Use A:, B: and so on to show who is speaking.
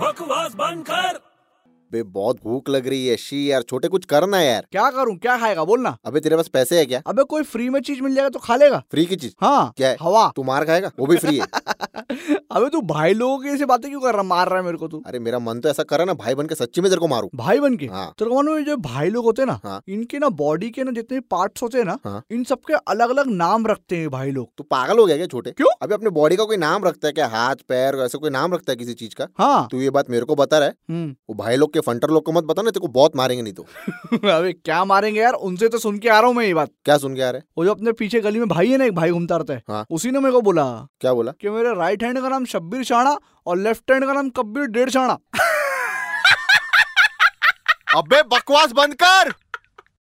A: बकवास बंद कर
B: बे बहुत भूख लग रही है शी यार छोटे कुछ करना यार
C: क्या करूं क्या खाएगा बोलना
B: अबे तेरे पास पैसे है क्या
C: अबे कोई फ्री में चीज मिल जाएगा तो खा लेगा
B: फ्री की चीज
C: हाँ
B: क्या है?
C: हवा
B: तू मार खाएगा वो भी फ्री है
C: अबे तू भाई लोगों की ऐसी बातें क्यों कर रहा मार रहा है मेरे को तू
B: अरे मेरा मन तो ऐसा करा ना भाई बन के सच्ची में तेरे को मारू
C: भाई बन के
B: हाँ
C: तेरे को मालूम है जो भाई लोग होते हैं ना
B: हाँ।
C: इनके ना बॉडी के ना जितने पार्ट्स होते हैं ना
B: हाँ।
C: इन सबके अलग अलग नाम रखते हैं भाई लोग
B: तू पागल हो गया क्या छोटे
C: क्यों?
B: अबे अपने बॉडी का कोई नाम रखता है क्या हाथ पैर ऐसा कोई नाम रखता है किसी चीज का
C: हाँ
B: तू ये बात मेरे को बता रहा है
C: हम्म।
B: वो भाई लोग के फंटर लोग को मत बता ना तेरे को बहुत मारेंगे नहीं तो
C: अबे क्या मारेंगे यार उनसे तो सुन के आ रहा हूँ मैं ये बात
B: क्या सुन के आ रहे
C: वो जो अपने पीछे गली में भाई है ना एक भाई घूमता रहता है
B: हाँ।
C: उसी ने मेरे को बोला
B: क्या बोला
C: कि मेरे राइट हैंड का नाम शब्बीर शाणा और लेफ्ट हैंड का नाम कब्बीर डेढ़ शाणा
B: अबे बकवास बंद कर